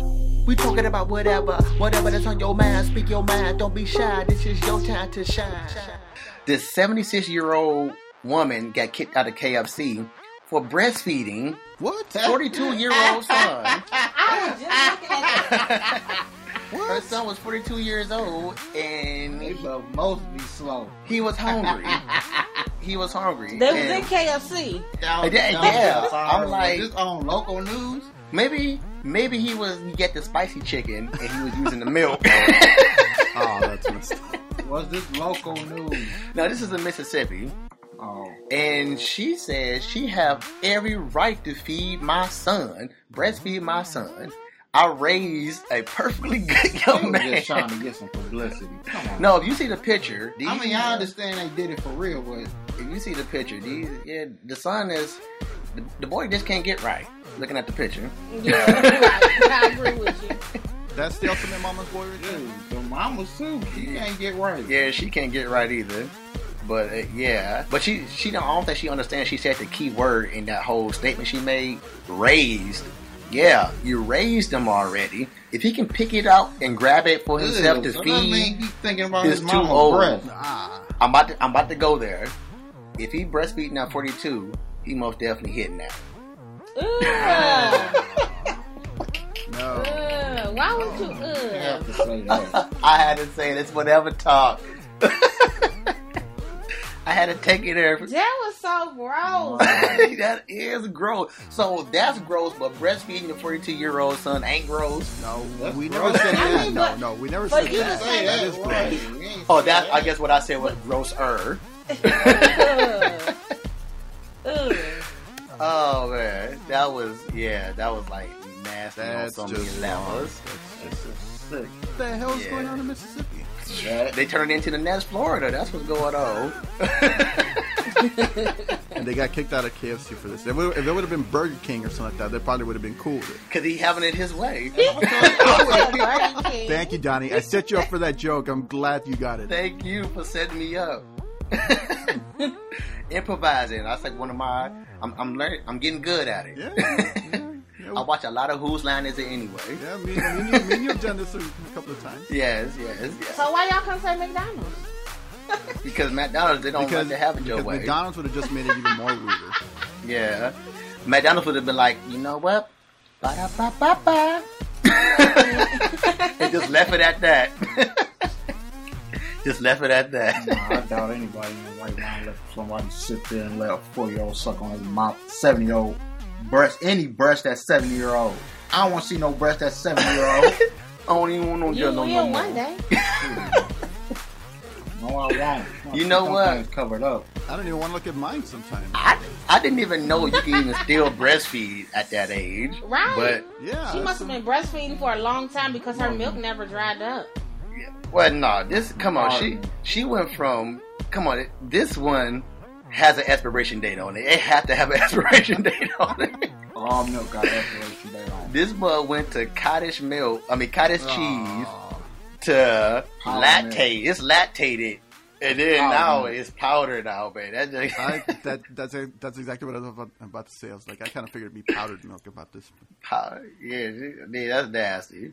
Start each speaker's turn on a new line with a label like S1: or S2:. S1: We talking about whatever, whatever that's on your mind. Speak your mind. Don't be shy. This is your time to shine. This 76 year old woman got kicked out of KFC for breastfeeding
S2: What?
S1: 42 year old son. Her
S2: What?
S1: son was 42 years old
S2: They
S1: and
S2: both must be slow.
S1: he was hungry. He was hungry.
S3: They was
S1: And
S3: in KFC.
S2: Y'all-
S1: Yeah,
S2: y'all
S1: yeah.
S2: sorry.
S1: I'm like-
S2: this on local news.
S1: maybe, maybe he was you get the spicy chicken and he was using the milk.
S4: Oh, that's messed up.
S2: Was this local news?
S1: now this is in Mississippi.
S2: Oh,
S1: and she says she have every right to feed my son, breastfeed my son. I raised a perfectly good
S2: they
S1: young Oh,
S2: was
S1: man.
S2: just trying to get some publicity. Come on.
S1: No, if you see the picture, these,
S2: I mean, I understand they did it for real, but
S1: if you see the picture, these, yeah, the son is the, the boy just can't get right. Looking at the picture,
S3: Yeah, I, I agree with you.
S4: That's the ultimate mama's boy right there.
S2: dude, the mama too. She can't get right.
S1: yeah, she can't get right either. But uh, yeah, but she she don't, I don't think she understands. She said the key word in that whole statement she made, raised. Yeah, you raised him already. If he can pick it up and grab it for himself
S2: Ew,
S1: to
S2: so
S1: feed,
S2: That mean he's thinking about
S1: is
S2: his
S1: too old.
S2: mama's breath.
S4: Ah,
S1: I'm about to, I'm about to go there. If he breastfeeding at 42, he most definitely hitting that.
S3: Ugh.
S4: no.
S3: Ugh. Why would you?
S2: You
S3: Ugh.
S2: have to say that.
S1: I had to say this whatever talk. I had to take it there.
S3: That was so gross.
S1: that is gross. So that's gross, but breastfeeding a 42 year old son ain't gross.
S4: No,
S2: That's
S4: we
S2: gross.
S4: never said
S2: I
S4: that.
S3: mean,
S4: No,
S3: but-
S4: no, we never
S3: but
S4: said
S3: you
S4: that.
S3: just say
S4: that
S3: that
S4: is right.
S2: Right. You ain't
S1: Oh,
S2: say
S1: that I guess what I said was grosser.
S3: Ugh. Ugh.
S1: Oh man, that was yeah, that was like nasty
S4: That's
S1: on so many
S4: just
S1: levels.
S2: This is sick.
S4: What the hell is
S1: Yeah.
S4: going on in Mississippi?
S2: That-
S1: They turned into the next Florida. That's what's going on.
S4: And they got kicked out of KFC for this. If it, if it would have been Burger King or something like that, they probably would have been cool with it.
S1: Cause he having it his way.
S3: I said Burger King.
S4: Thank you, Donnie. I set you up for that joke. I'm glad you got it.
S1: Thank you for setting me up. Improvising. That's like one of my. I'm, I'm learning. I'm getting good at it.
S4: Yeah. yeah, yeah.
S1: I watch a lot of Whose Line Is It Anyway.
S4: Yeah, me, me, and you, me and you have done this a couple of times.
S1: Yes, yes, yes.
S3: So why y'all come say McDonald's?
S1: Because McDonald's, they don't
S4: Because,
S1: like to have it your
S4: because
S1: way.
S4: McDonald's would have just made it even more weirder.
S1: yeah. McDonald's would have been like, you know what? Ba da ba ba ba. And just left it at that. just left it at that.
S2: Nah, I doubt anybody in their right mind let somebody sit there and let a four year old suck on his mouth, seven year old breast, any breast that's seven year old. I don't want to see no breast that's seven year old.
S1: I don't even want no
S3: You
S1: jello no
S3: will
S1: more.
S3: one day.
S2: No, I won't.
S1: You know
S2: Them
S1: what?
S2: things Covered up.
S4: I don't even want to look at mine sometimes.
S1: I, I didn't even know you can even still breastfeed at that age.
S3: Right.
S1: But
S4: Yeah.
S3: She
S4: that's
S3: must have
S4: some-
S3: been breastfeeding for a long time because her milk never dried up.
S1: well, no, this come
S4: Uh,
S1: on, she she went from come on, this one has an expiration date on it. It had to have an expiration date on it.
S2: All milk got expiration date on.
S1: This mug went to cottage milk, I mean cottage cheese
S4: Aw.
S1: to
S2: Oh, man.
S1: latte. It's lactated, and then
S2: Oh,
S1: now
S2: man.
S1: it's powdered out, man. That just
S4: I, that, that's, that's exactly what I was about, about to say. I was like, I kind of figured it'd be powdered milk about this.
S1: Pow- yeah, she- yeah, that's nasty.